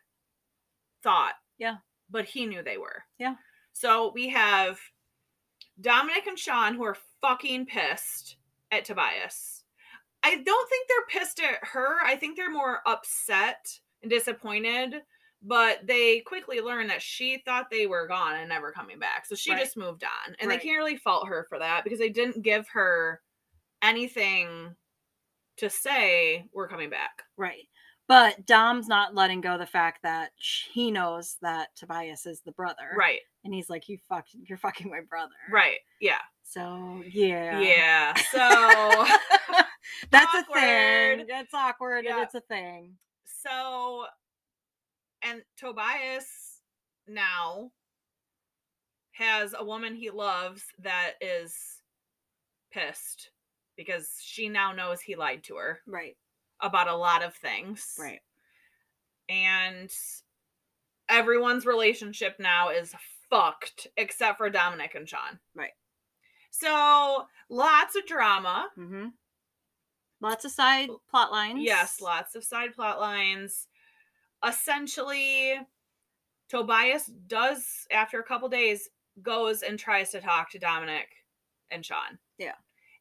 Speaker 1: Thought.
Speaker 2: Yeah.
Speaker 1: But he knew they were.
Speaker 2: Yeah.
Speaker 1: So we have Dominic and Sean who are fucking pissed at Tobias. I don't think they're pissed at her. I think they're more upset and disappointed. But they quickly learn that she thought they were gone and never coming back. So she
Speaker 2: Right.
Speaker 1: just moved on. And
Speaker 2: Right.
Speaker 1: they can't really fault her for that because they didn't give her anything to say we're coming back.
Speaker 2: Right. But Dom's not letting go of the fact that sh- he knows that Tobias is the brother.
Speaker 1: Right.
Speaker 2: And he's like, you fucked, you're fucking my brother.
Speaker 1: Right. Yeah.
Speaker 2: So, yeah.
Speaker 1: Yeah. So
Speaker 2: [LAUGHS]
Speaker 1: [LAUGHS]
Speaker 2: That's a thing.
Speaker 1: Awkward.
Speaker 2: That's awkward
Speaker 1: Yeah.
Speaker 2: and it's a thing.
Speaker 1: so and Tobias now has a woman he loves that is pissed because she now knows he lied to her
Speaker 2: Right.
Speaker 1: about a lot of things.
Speaker 2: Right.
Speaker 1: and everyone's relationship now is fucked except for Dominic and Sean.
Speaker 2: Right.
Speaker 1: So lots of drama.
Speaker 2: Mm-hmm. Lots of side plot lines.
Speaker 1: Yes, lots of side plot lines. Essentially, Tobias does, after a couple days, goes and tries to talk to Dominic and Sean.
Speaker 2: Yeah.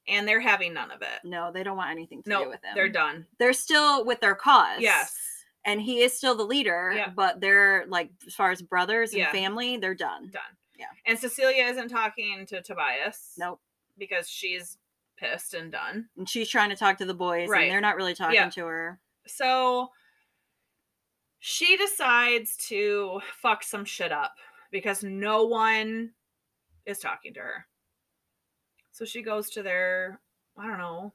Speaker 1: And they're having none of it.
Speaker 2: No, they don't want anything to do
Speaker 1: No,
Speaker 2: with him.
Speaker 1: they're done.
Speaker 2: They're still with their cause.
Speaker 1: Yes.
Speaker 2: And he is still the leader,
Speaker 1: Yeah.
Speaker 2: but they're like, as far as brothers and
Speaker 1: Yeah.
Speaker 2: family, they're done.
Speaker 1: Done.
Speaker 2: Yeah.
Speaker 1: And Cecilia isn't talking to Tobias.
Speaker 2: Nope.
Speaker 1: because she's pissed and done.
Speaker 2: And she's trying to talk to the boys,
Speaker 1: Right.
Speaker 2: and they're not really talking
Speaker 1: Yeah.
Speaker 2: to her.
Speaker 1: So she decides to fuck some shit up because no one is talking to her. So she goes to their, I don't know,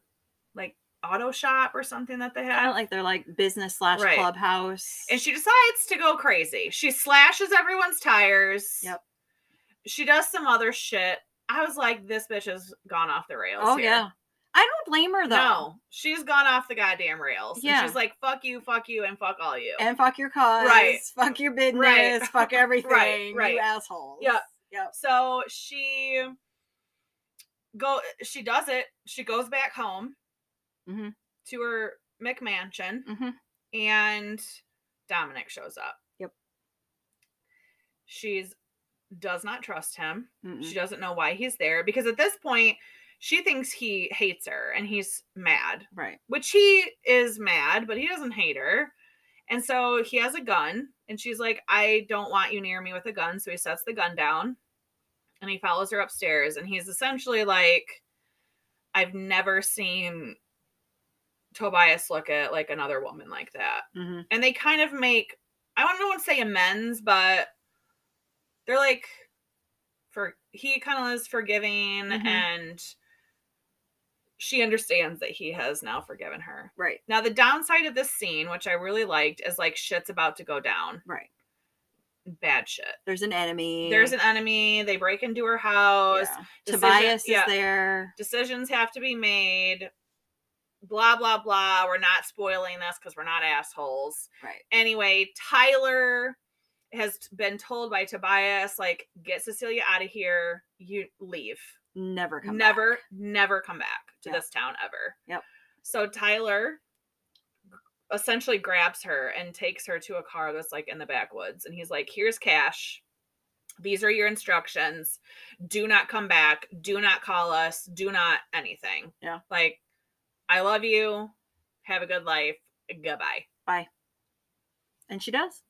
Speaker 1: like auto shop or something that they
Speaker 2: I
Speaker 1: have.
Speaker 2: don't like their like business slash
Speaker 1: Right.
Speaker 2: clubhouse.
Speaker 1: and she decides to go crazy. She slashes everyone's tires.
Speaker 2: Yep.
Speaker 1: She does some other shit. I was like, this bitch has gone off the rails.
Speaker 2: oh
Speaker 1: here.
Speaker 2: yeah, I don't blame her though.
Speaker 1: No, she's gone off the goddamn rails. Yeah.
Speaker 2: Yeah.
Speaker 1: she's like, fuck you, fuck you, and fuck all you.
Speaker 2: And fuck your cause. Fuck your
Speaker 1: [LAUGHS]
Speaker 2: business. [LAUGHS] Fuck everything.
Speaker 1: right.
Speaker 2: You assholes.
Speaker 1: Yep.
Speaker 2: Yep.
Speaker 1: so she go she does it. She goes back home
Speaker 2: Mhm.
Speaker 1: to her McMansion
Speaker 2: hmm
Speaker 1: and Dominic shows up.
Speaker 2: Yep.
Speaker 1: She's does not trust him. She doesn't know why he's there because at this point she thinks he hates her and he's mad.
Speaker 2: Right.
Speaker 1: which he is mad, but he doesn't hate her. And so he has a gun, and she's like, I don't want you near me with a gun. So he sets the gun down and he follows her upstairs. And he's essentially like, I've never seen Tobias look at like another woman like that.
Speaker 2: hmm
Speaker 1: And they kind of make, I don't know, want to say amends, but they're like, for he kind of is forgiving
Speaker 2: Mhm.
Speaker 1: and she understands that he has now forgiven her.
Speaker 2: Right.
Speaker 1: Now, the downside of this scene, which I really liked, is like shit's about to go down.
Speaker 2: Right.
Speaker 1: bad shit.
Speaker 2: There's an enemy.
Speaker 1: There's an enemy. They break into her house.
Speaker 2: Mm. Yeah.
Speaker 1: Decision-
Speaker 2: Tobias is
Speaker 1: yeah.
Speaker 2: there.
Speaker 1: Decisions have to be made. Blah blah blah. We're not spoiling this because we're not assholes.
Speaker 2: Right.
Speaker 1: anyway, Tyler has t- been told by Tobias, like, get Cecilia out of here. You leave.
Speaker 2: Never come. back.
Speaker 1: never, never come back to
Speaker 2: Yep.
Speaker 1: this town ever.
Speaker 2: Yep.
Speaker 1: So Tyler essentially grabs her and takes her to a car that's like in the backwoods. And he's like, here's cash. These are your instructions. Do not come back. Do not call us. Do not anything.
Speaker 2: Yeah.
Speaker 1: Like, I love you. Have a good life. Goodbye.
Speaker 2: And she does.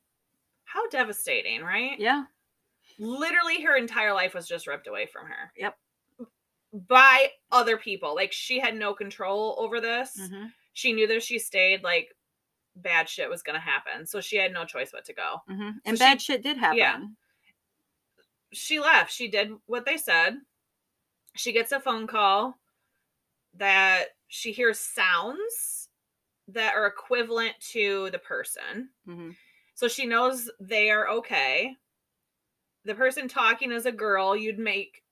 Speaker 1: How devastating, right?
Speaker 2: Yeah.
Speaker 1: literally her entire life was just ripped away from her.
Speaker 2: Yep.
Speaker 1: By other people. Like she had no control over this.
Speaker 2: Mhm.
Speaker 1: She knew that if she stayed, like bad shit was gonna happen. So she had no choice but to go.
Speaker 2: Mhm. And
Speaker 1: she-
Speaker 2: bad shit did happen.
Speaker 1: yeah. She left. She did what they said. She gets a phone call that she hears sounds that are equivalent to the person.
Speaker 2: Mhm.
Speaker 1: So she knows they are okay. The person talking is a girl. You'd make,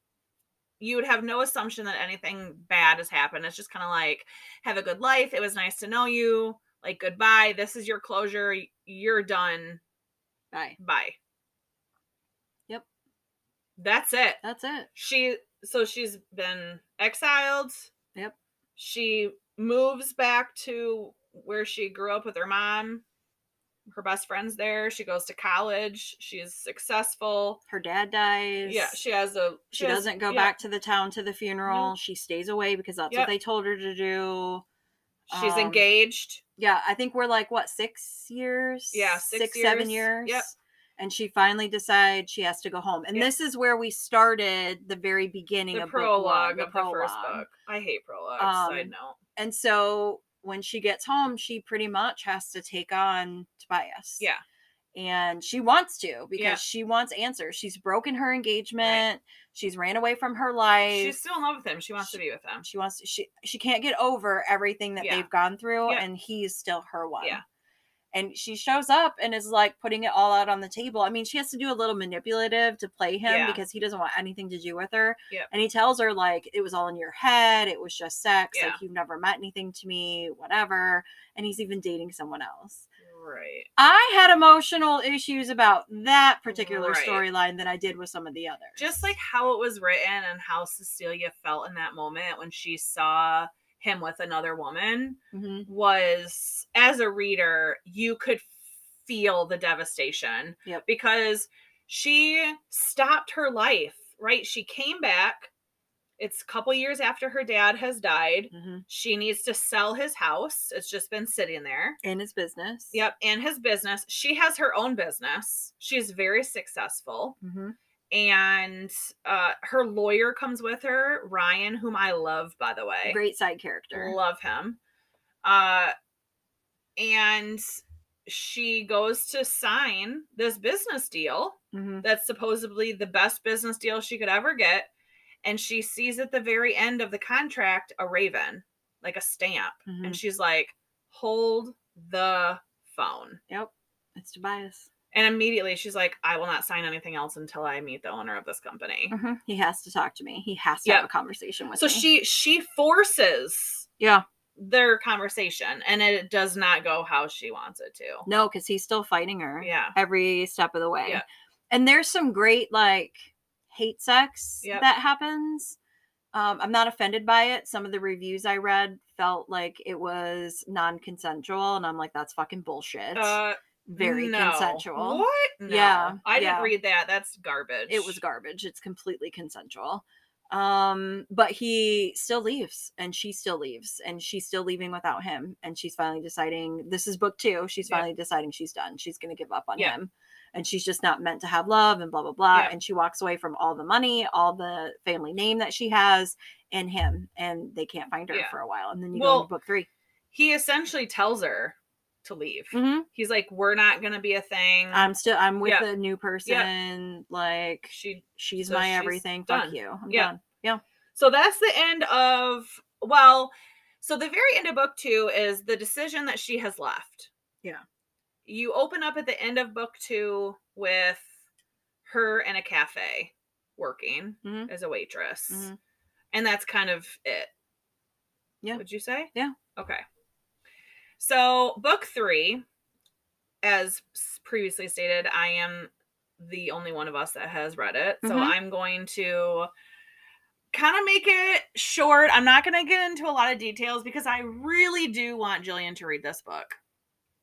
Speaker 1: you would have no assumption that anything bad has happened. It's just kind of like, have a good life. It was nice to know you. Like, goodbye. This is your closure. y- You're done.
Speaker 2: Bye.
Speaker 1: Bye.
Speaker 2: Yep.
Speaker 1: That's it.
Speaker 2: That's it.
Speaker 1: She, so she's been exiled.
Speaker 2: Yep.
Speaker 1: She moves back to where she grew up with her mom. Her best friend's there. She goes to college. She's successful.
Speaker 2: Her dad dies.
Speaker 1: Yeah, she has a.
Speaker 2: she
Speaker 1: has-
Speaker 2: doesn't go
Speaker 1: yeah,
Speaker 2: back to the town to the funeral. She stays away because that's
Speaker 1: Yep.
Speaker 2: what they told her to do.
Speaker 1: She's
Speaker 2: um,
Speaker 1: engaged.
Speaker 2: Yeah, I think we're like what six years?
Speaker 1: Yeah, six
Speaker 2: seven
Speaker 1: years.
Speaker 2: years.
Speaker 1: Yep.
Speaker 2: And she finally decides she has to go home. And
Speaker 1: Yep.
Speaker 2: this is where we started the very beginning
Speaker 1: The
Speaker 2: of book one,
Speaker 1: prologue of the first
Speaker 2: prologue.
Speaker 1: book. I hate prologues. side
Speaker 2: Um,
Speaker 1: note.
Speaker 2: And so when she gets home, she pretty much has to take on Tobias.
Speaker 1: Yeah.
Speaker 2: And she wants to because
Speaker 1: Yeah.
Speaker 2: she wants answers. She's broken her engagement. She's ran away from her life.
Speaker 1: She's still in love with him. She wants to be with him.
Speaker 2: um, she wants to, she she can't get over everything that
Speaker 1: Yeah.
Speaker 2: they've gone through
Speaker 1: Yep.
Speaker 2: and he's still her one
Speaker 1: Yeah.
Speaker 2: and she shows up and is like putting it all out on the table i mean she has to do a little manipulative to play him
Speaker 1: Yeah.
Speaker 2: because he doesn't want anything to do with her
Speaker 1: Yep.
Speaker 2: and he tells her like it was all in your head it was just sex
Speaker 1: Yeah.
Speaker 2: like you've never meant anything to me whatever and he's even dating someone else
Speaker 1: Right.
Speaker 2: i had emotional issues about that particular
Speaker 1: Right.
Speaker 2: storyline than i did with some of the others
Speaker 1: Just like how it was written and how Cecilia felt in that moment when she saw him with another woman.
Speaker 2: Mhm.
Speaker 1: was as a reader you could feel the devastation
Speaker 2: Yep.
Speaker 1: because she stopped her life right she came back it's a couple years after her dad has died
Speaker 2: Mhm.
Speaker 1: she needs to sell his house it's just been sitting there
Speaker 2: in his business
Speaker 1: yep and his business she has her own business she's very successful
Speaker 2: hmm
Speaker 1: and uh, her lawyer comes with her ryan whom i love by the way
Speaker 2: great side character
Speaker 1: Love him. Uh and she goes to sign this business deal
Speaker 2: Mhm.
Speaker 1: that's supposedly the best business deal she could ever get and she sees at the very end of the contract a raven, like a stamp,
Speaker 2: Mhm.
Speaker 1: and she's like, "Hold the phone."
Speaker 2: Yep. It's Tobias.
Speaker 1: And immediately she's like, "I will not sign anything else until I meet the owner of this company."
Speaker 2: He has to talk to me. He has to have a conversation with
Speaker 1: Mm-hmm. So
Speaker 2: me.
Speaker 1: she she forces
Speaker 2: Yeah.
Speaker 1: their conversation and it does not go how she wants it to.
Speaker 2: No, because he's still fighting her
Speaker 1: Yeah.
Speaker 2: every step of the way.
Speaker 1: Yeah.
Speaker 2: And there's some great like hate sex
Speaker 1: Yep.
Speaker 2: that happens. Um, I'm not offended by it. Some of the reviews I read felt like it was non-consensual, and I'm like, that's fucking bullshit.
Speaker 1: Uh,
Speaker 2: Very
Speaker 1: no.
Speaker 2: consensual.
Speaker 1: What? No.
Speaker 2: Yeah,
Speaker 1: I didn't
Speaker 2: yeah.
Speaker 1: read that. That's garbage.
Speaker 2: It was garbage. It's completely consensual. Um, but he still leaves and she still leaves and she's still leaving without him. And she's finally deciding this is book two. She's
Speaker 1: Yeah.
Speaker 2: finally deciding she's done. She's going to give up on
Speaker 1: Yeah.
Speaker 2: him. And she's just not meant to have love and blah, blah, blah.
Speaker 1: Yeah.
Speaker 2: And she walks away from all the money, all the family name that she has and him. And they can't find her
Speaker 1: Yeah.
Speaker 2: for a while. And then you go
Speaker 1: Well,
Speaker 2: into book 3
Speaker 1: He essentially tells her to leave.
Speaker 2: Mm-hmm.
Speaker 1: He's like, "We're not gonna be a thing."
Speaker 2: I'm still, I'm with
Speaker 1: Yeah.
Speaker 2: a new person. Like
Speaker 1: she.
Speaker 2: she's
Speaker 1: So
Speaker 2: my
Speaker 1: she's
Speaker 2: everything.
Speaker 1: done.
Speaker 2: Fuck you. I'm
Speaker 1: Yeah.
Speaker 2: done.
Speaker 1: So that's the end of well. So the very end of book two is the decision that she has left.
Speaker 2: Yeah.
Speaker 1: You open up at the end of book two with her in a cafe working
Speaker 2: Mhm.
Speaker 1: as a waitress.
Speaker 2: Mhm.
Speaker 1: And that's kind of it.
Speaker 2: Yeah.
Speaker 1: Would you say?
Speaker 2: Yeah.
Speaker 1: Okay. So, book three, as s- previously stated, I am the only one of us that has read it. So,
Speaker 2: Mhm.
Speaker 1: I'm going to kind of make it short. I'm not going to get into a lot of details because I really do want Jillian to read this book.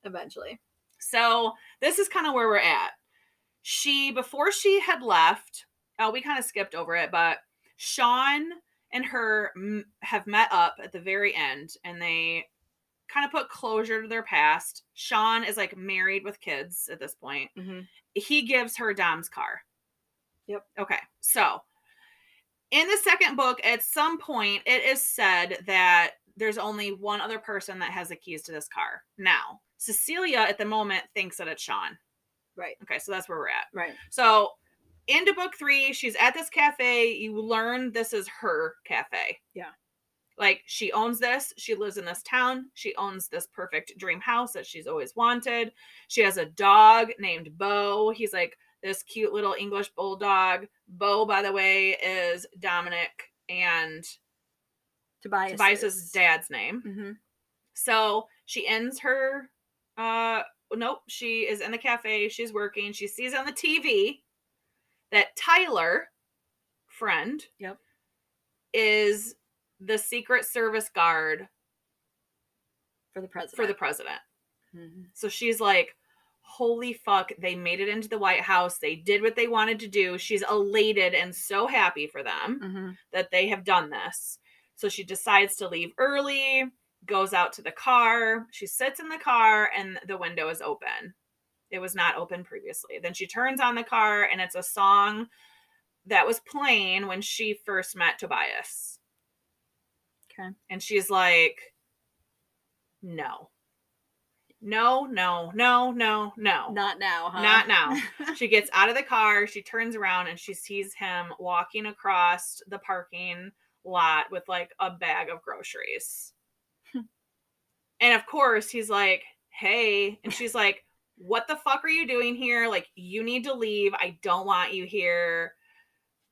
Speaker 2: eventually.
Speaker 1: So this is kind of where we're at. She before she had left, uh, we kind of skipped over it, but Sean and her m- have met up at the very end, and they kind of put closure to their past. Sean is like married with kids at this point. He gives her Dom's car.
Speaker 2: Yep.
Speaker 1: Okay. So in the second book, at some point, it is said that there's only one other person that has the keys to this car. Now, Cecilia at the moment thinks that it's Sean.
Speaker 2: Right.
Speaker 1: Okay, so that's where we're at.
Speaker 2: Right.
Speaker 1: So into book three, she's at this cafe. You learn this is her cafe.
Speaker 2: Yeah.
Speaker 1: Like she owns this. She lives in this town. She owns this perfect dream house that she's always wanted. She has a dog named Bo. He's like this cute little English bulldog. Bo, by the way, is Dominic and
Speaker 2: Tobias.
Speaker 1: Tobias's dad's name.
Speaker 2: hmm
Speaker 1: So she ends her uh nope, she is in the cafe, she's working, she sees on the TV that Tyler, friend,
Speaker 2: Yep.
Speaker 1: is the Secret Service guard
Speaker 2: For the president.
Speaker 1: for the president.
Speaker 2: Mhm.
Speaker 1: So she's like, holy fuck, they made it into the White House. They did what they wanted to do. She's elated and so happy for them.
Speaker 2: Mhm.
Speaker 1: that they have done this. So she decides to leave early, goes out to the car. She sits in the car and the window is open. It was not open previously. Then she turns on the car and it's a song that was playing when she first met Tobias.
Speaker 2: Okay.
Speaker 1: And she's like, no. No, no, no, no, no.
Speaker 2: Not now, huh?
Speaker 1: Not now. she gets out of the car she turns around and she sees him walking across the parking lot with like a bag of groceries
Speaker 2: Hmm.
Speaker 1: and of course he's like hey and she's like what the fuck are you doing here like you need to leave i don't want you here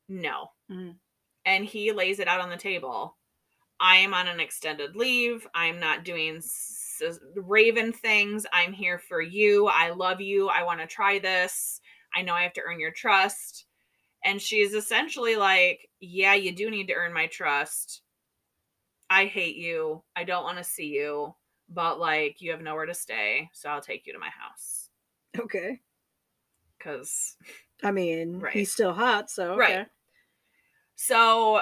Speaker 1: no
Speaker 2: Mhm.
Speaker 1: and he lays it out on the table i am on an extended leave i'm not doing s- s- raven things i'm here for you i love you i want to try this I know I have to earn your trust. And she's essentially like, Yeah, you do need to earn my trust. I hate you. I don't want to see you, but like, you have nowhere to stay. So I'll take you to my house.
Speaker 2: [LAUGHS] okay.
Speaker 1: Cause
Speaker 2: I mean,
Speaker 1: Right.
Speaker 2: he's still hot, so
Speaker 1: Right.
Speaker 2: okay.
Speaker 1: so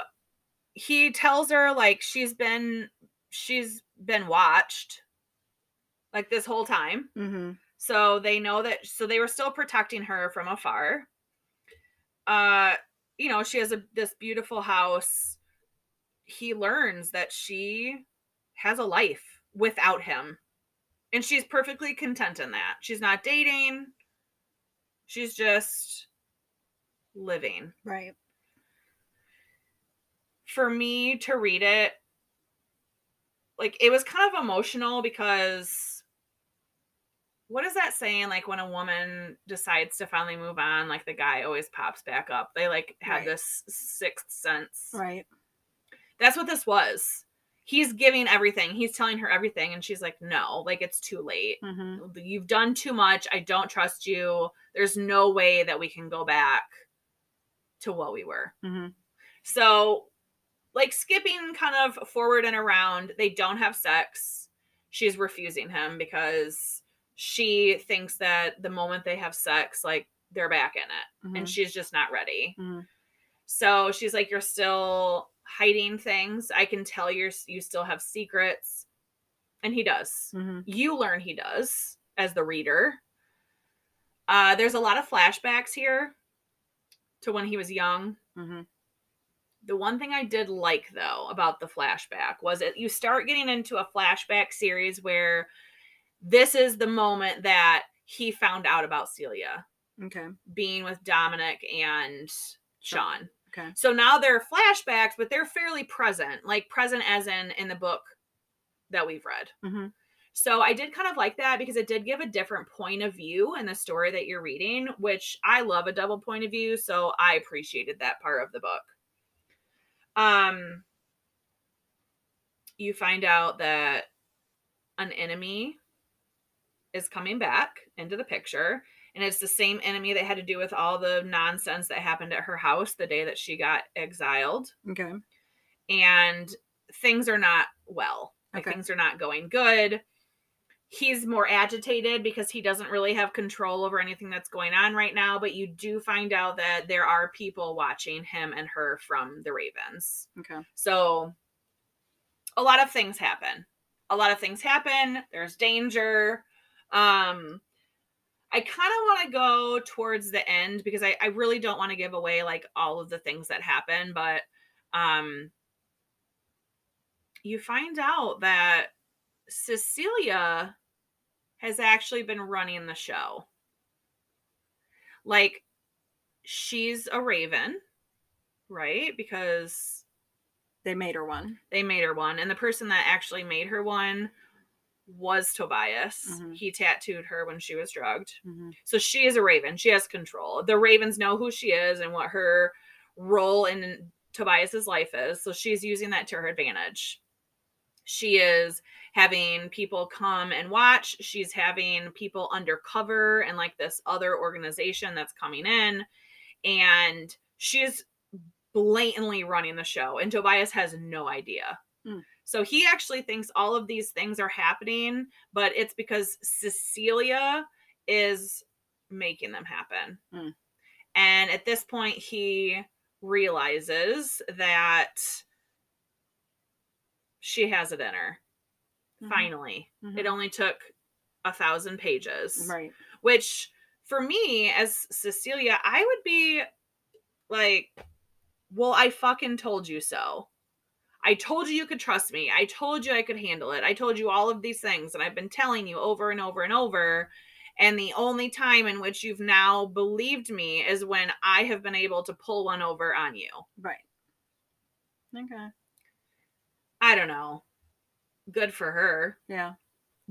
Speaker 1: he tells her, like, she's been, she's been watched like this whole time.
Speaker 2: hmm
Speaker 1: So they know that so they were still protecting her from afar. Uh you know, she has a this beautiful house. He learns that she has a life without him. And she's perfectly content in that. She's not dating. She's just living.
Speaker 2: Right.
Speaker 1: For me to read it like it was kind of emotional because what is that saying like when a woman decides to finally move on like the guy always pops back up they like have
Speaker 2: Right.
Speaker 1: this sixth sense
Speaker 2: Right.
Speaker 1: that's what this was he's giving everything he's telling her everything and she's like no like it's too late
Speaker 2: hmm
Speaker 1: you've done too much i don't trust you there's no way that we can go back to what we were
Speaker 2: hmm
Speaker 1: so, like skipping kind of forward and around, they don't have sex. She's refusing him because she thinks that the moment they have sex, like they're back in it
Speaker 2: Mm-hmm.
Speaker 1: and she's just not ready.
Speaker 2: Mhm.
Speaker 1: So she's like, You're still hiding things. I can tell you're, you still have secrets. And he does
Speaker 2: hmm
Speaker 1: you learn he does as the reader. Uh, there's a lot of flashbacks here to when he was young.
Speaker 2: Mhm.
Speaker 1: The one thing I did like though about the flashback was it you start getting into a flashback series where this is the moment that he found out about Celia
Speaker 2: Okay.
Speaker 1: being with Dominic and Sean.
Speaker 2: Okay.
Speaker 1: So now they're flashbacks, but they're fairly present, like present as in in the book that we've read.
Speaker 2: Mhm.
Speaker 1: So I did kind of like that because it did give a different point of view in the story that you're reading, which I love a double point of view. So I appreciated that part of the book. Um, you find out that an enemy is coming back into the picture. And it's the same enemy that had to do with all the nonsense that happened at her house the day that she got exiled
Speaker 2: Okay.
Speaker 1: and things are not well. Like
Speaker 2: Okay.
Speaker 1: things are not going good. He's more agitated because he doesn't really have control over anything that's going on right now, but you do find out that there are people watching him and her from the Ravens.
Speaker 2: Okay.
Speaker 1: So a lot of things happen. A lot of things happen. There's danger. Um I kind of want to go towards the end because I, I really don't want to give away like all of the things that happen, but um you find out that Cecilia has actually been running the show. Like she's a raven, right? Because
Speaker 2: They made her one.
Speaker 1: they made her one and the person that actually made her one was tobias
Speaker 2: Mhm.
Speaker 1: he tattooed her when she was drugged so she is a raven she has control the ravens know who she is and what her role in tobias's life is so she's using that to her advantage she is having people come and watch she's having people undercover and like this other organization that's coming in and she's blatantly running the show and tobias has no idea
Speaker 2: Mm.
Speaker 1: so he actually thinks all of these things are happening but it's because cecilia is making them happen
Speaker 2: Mm.
Speaker 1: and at this point he realizes that she has it in her
Speaker 2: Mm-hmm.
Speaker 1: finally it only took a thousand pages
Speaker 2: Right.
Speaker 1: which for me as Cecilia, I would be like, well, I fucking told you so. I told you you could trust me. I told you I could handle it. I told you all of these things, and I've been telling you over and over and over. And the only time in which you've now believed me is when I have been able to pull one over on you.
Speaker 2: Right. Okay.
Speaker 1: I don't know. Good for her.
Speaker 2: Yeah.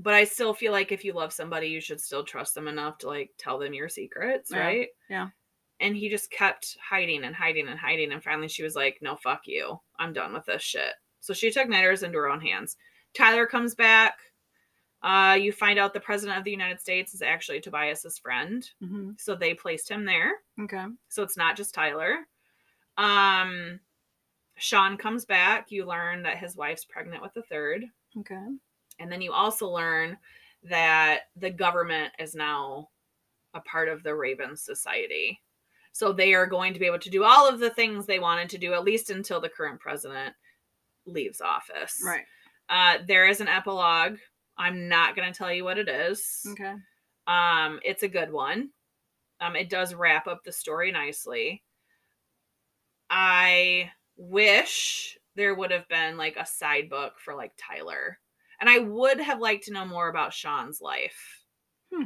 Speaker 1: But I still feel like if you love somebody, you should still trust them enough to like tell them your secrets,
Speaker 2: Yeah.
Speaker 1: right?
Speaker 2: Yeah.
Speaker 1: and he just kept hiding and hiding and hiding and finally she was like no fuck you i'm done with this shit so she took matters into her own hands tyler comes back uh, you find out the president of the united states is actually tobias's friend
Speaker 2: hmm
Speaker 1: so they placed him there
Speaker 2: Okay.
Speaker 1: so it's not just tyler um, sean comes back you learn that his wife's pregnant with a third
Speaker 2: Okay.
Speaker 1: and then you also learn that the government is now a part of the Raven Society. So they are going to be able to do all of the things they wanted to do, at least until the current president leaves office.
Speaker 2: Right.
Speaker 1: Uh, there is an epilogue. I'm not going to tell you what it is.
Speaker 2: Okay.
Speaker 1: Um, it's a good one. Um, it does wrap up the story nicely. I wish there would have been like a side book for like Tyler. And I would have liked to know more about Sean's life.
Speaker 2: Hmm.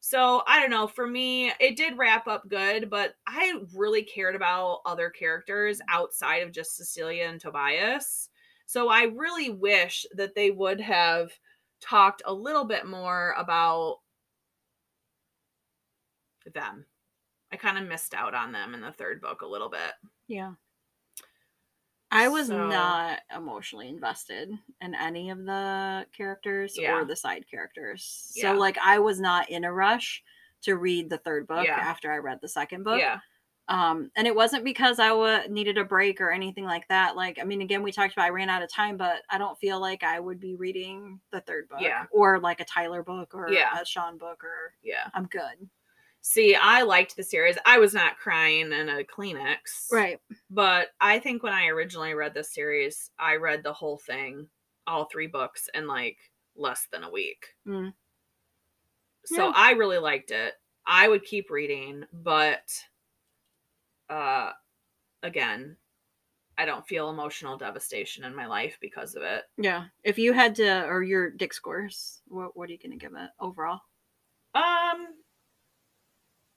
Speaker 1: So I don't know. For me, it did wrap up good, but I really cared about other characters outside of just Cecilia and Tobias. So I really wish that they would have talked a little bit more about them. I kind of missed out on them in the third book a little bit.
Speaker 2: Yeah. I was
Speaker 1: So-
Speaker 2: not emotionally invested in any of the characters
Speaker 1: Yeah.
Speaker 2: or the side characters.
Speaker 1: Yeah.
Speaker 2: So like I was not in a rush to read the third book
Speaker 1: Yeah.
Speaker 2: after I read the second book.
Speaker 1: yeah.
Speaker 2: Um and it wasn't because I wa needed a break or anything like that. Like I mean again we talked about I ran out of time but I don't feel like I would be reading the third book
Speaker 1: Yeah.
Speaker 2: or like a Tyler book or
Speaker 1: Yeah.
Speaker 2: a Sean book or
Speaker 1: Yeah.
Speaker 2: I'm good.
Speaker 1: See, I liked the series. I was not crying in a Kleenex.
Speaker 2: Right.
Speaker 1: But I think when I originally read this series, I read the whole thing, all three books, in like less than a week.
Speaker 2: Mm.
Speaker 1: So
Speaker 2: Yeah.
Speaker 1: I really liked it. I would keep reading, but uh again, I don't feel emotional devastation in my life because of it.
Speaker 2: Yeah. If you had to or your Dick scores, what what are you gonna give it overall?
Speaker 1: Um, I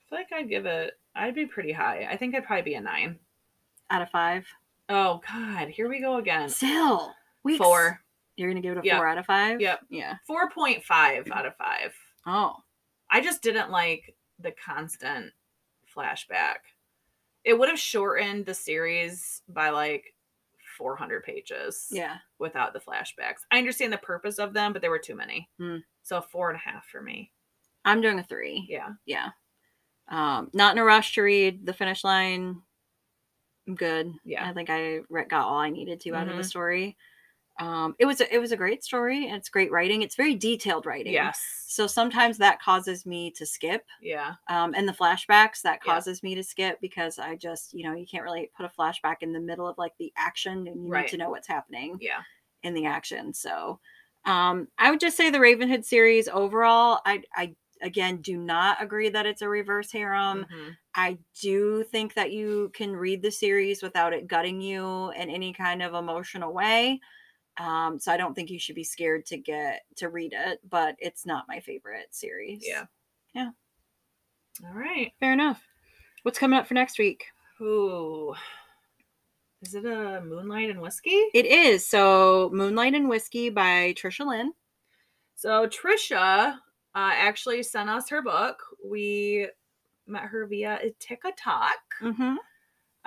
Speaker 1: feel like I'd give it. I'd be pretty high. I think I'd probably be a nine.
Speaker 2: Out of five?
Speaker 1: Oh God, here we go again.
Speaker 2: Still, we
Speaker 1: Four.
Speaker 2: You're gonna give it a
Speaker 1: Yeah.
Speaker 2: four out of five.
Speaker 1: Yep.
Speaker 2: Yeah.
Speaker 1: 4.5 out of 5.
Speaker 2: Oh.
Speaker 1: I just didn't like the constant flashback. It would have shortened the series by like 400 pages
Speaker 2: Yeah.
Speaker 1: without the flashbacks. I understand the purpose of them, but there were too many.
Speaker 2: Mm.
Speaker 1: So four and a half for me.
Speaker 2: I'm doing a three.
Speaker 1: Yeah.
Speaker 2: Yeah. Um, not in a rush to read the finish line. I'm good.
Speaker 1: Yeah.
Speaker 2: I think I re- got all I needed to out of the
Speaker 1: Mhm.
Speaker 2: story. Um, it was a, it was a great story and it's great writing. It's very detailed writing.
Speaker 1: Yes.
Speaker 2: So sometimes that causes me to skip.
Speaker 1: Yeah.
Speaker 2: Um, and the flashbacks that
Speaker 1: Yeah.
Speaker 2: causes me to skip because I just, you know, you can't really put a flashback in the middle of like the action and you
Speaker 1: Right.
Speaker 2: need to know what's happening
Speaker 1: Yeah.
Speaker 2: in the action. So um I would just say the Ravenhood series overall, I I again do not agree that it's a reverse harem.
Speaker 1: Mhm.
Speaker 2: I do think that you can read the series without it gutting you in any kind of emotional way. Um, so I don't think you should be scared to get to read it, but it's not my favorite series.
Speaker 1: Yeah.
Speaker 2: Yeah.
Speaker 1: All right.
Speaker 2: Fair enough. What's coming up for next week?
Speaker 1: Ooh. Is it a moonlight and whiskey?
Speaker 2: It is so Moonlight and Whiskey by Trisha Lynn.
Speaker 1: So Trisha uh, actually sent us her book. We met her via a TikTok,
Speaker 2: Mm-hmm.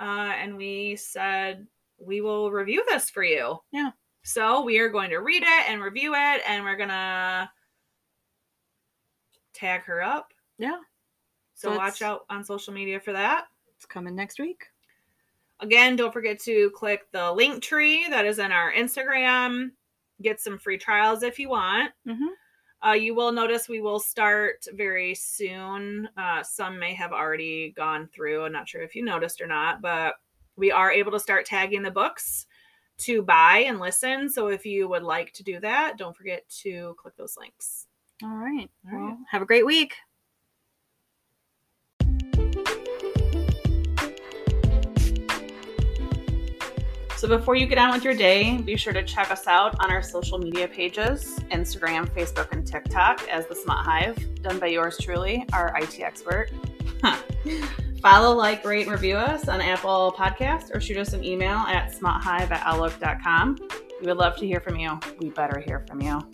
Speaker 1: uh, and we said we will review this for you.
Speaker 2: Yeah.
Speaker 1: So we are going to read it and review it, and we're gonna tag her up.
Speaker 2: Yeah.
Speaker 1: So,
Speaker 2: So
Speaker 1: watch
Speaker 2: it's-
Speaker 1: out on social media for that.
Speaker 2: It's coming next week.
Speaker 1: Again, don't forget to click the link tree that is in our Instagram. Get some free trials if you want.
Speaker 2: Mm-hmm.
Speaker 1: Uh, you will notice we will start very soon. Uh, some may have already gone through. I'm not sure if you noticed or not, but we are able to start tagging the books to buy and listen. So if you would like to do that, don't forget to click those links.
Speaker 2: All right.
Speaker 1: All right.
Speaker 2: Well, have a great week.
Speaker 1: So before you get on with your day, be sure to check us out on our social media pages Instagram, Facebook, and TikTok as The Smut Hive, done by yours truly, our IT expert. [LAUGHS] Huh. Follow, like, rate, and review us on Apple Podcasts or shoot us an email at smuthive at outlook.com. We would love to hear from you. We better hear from you.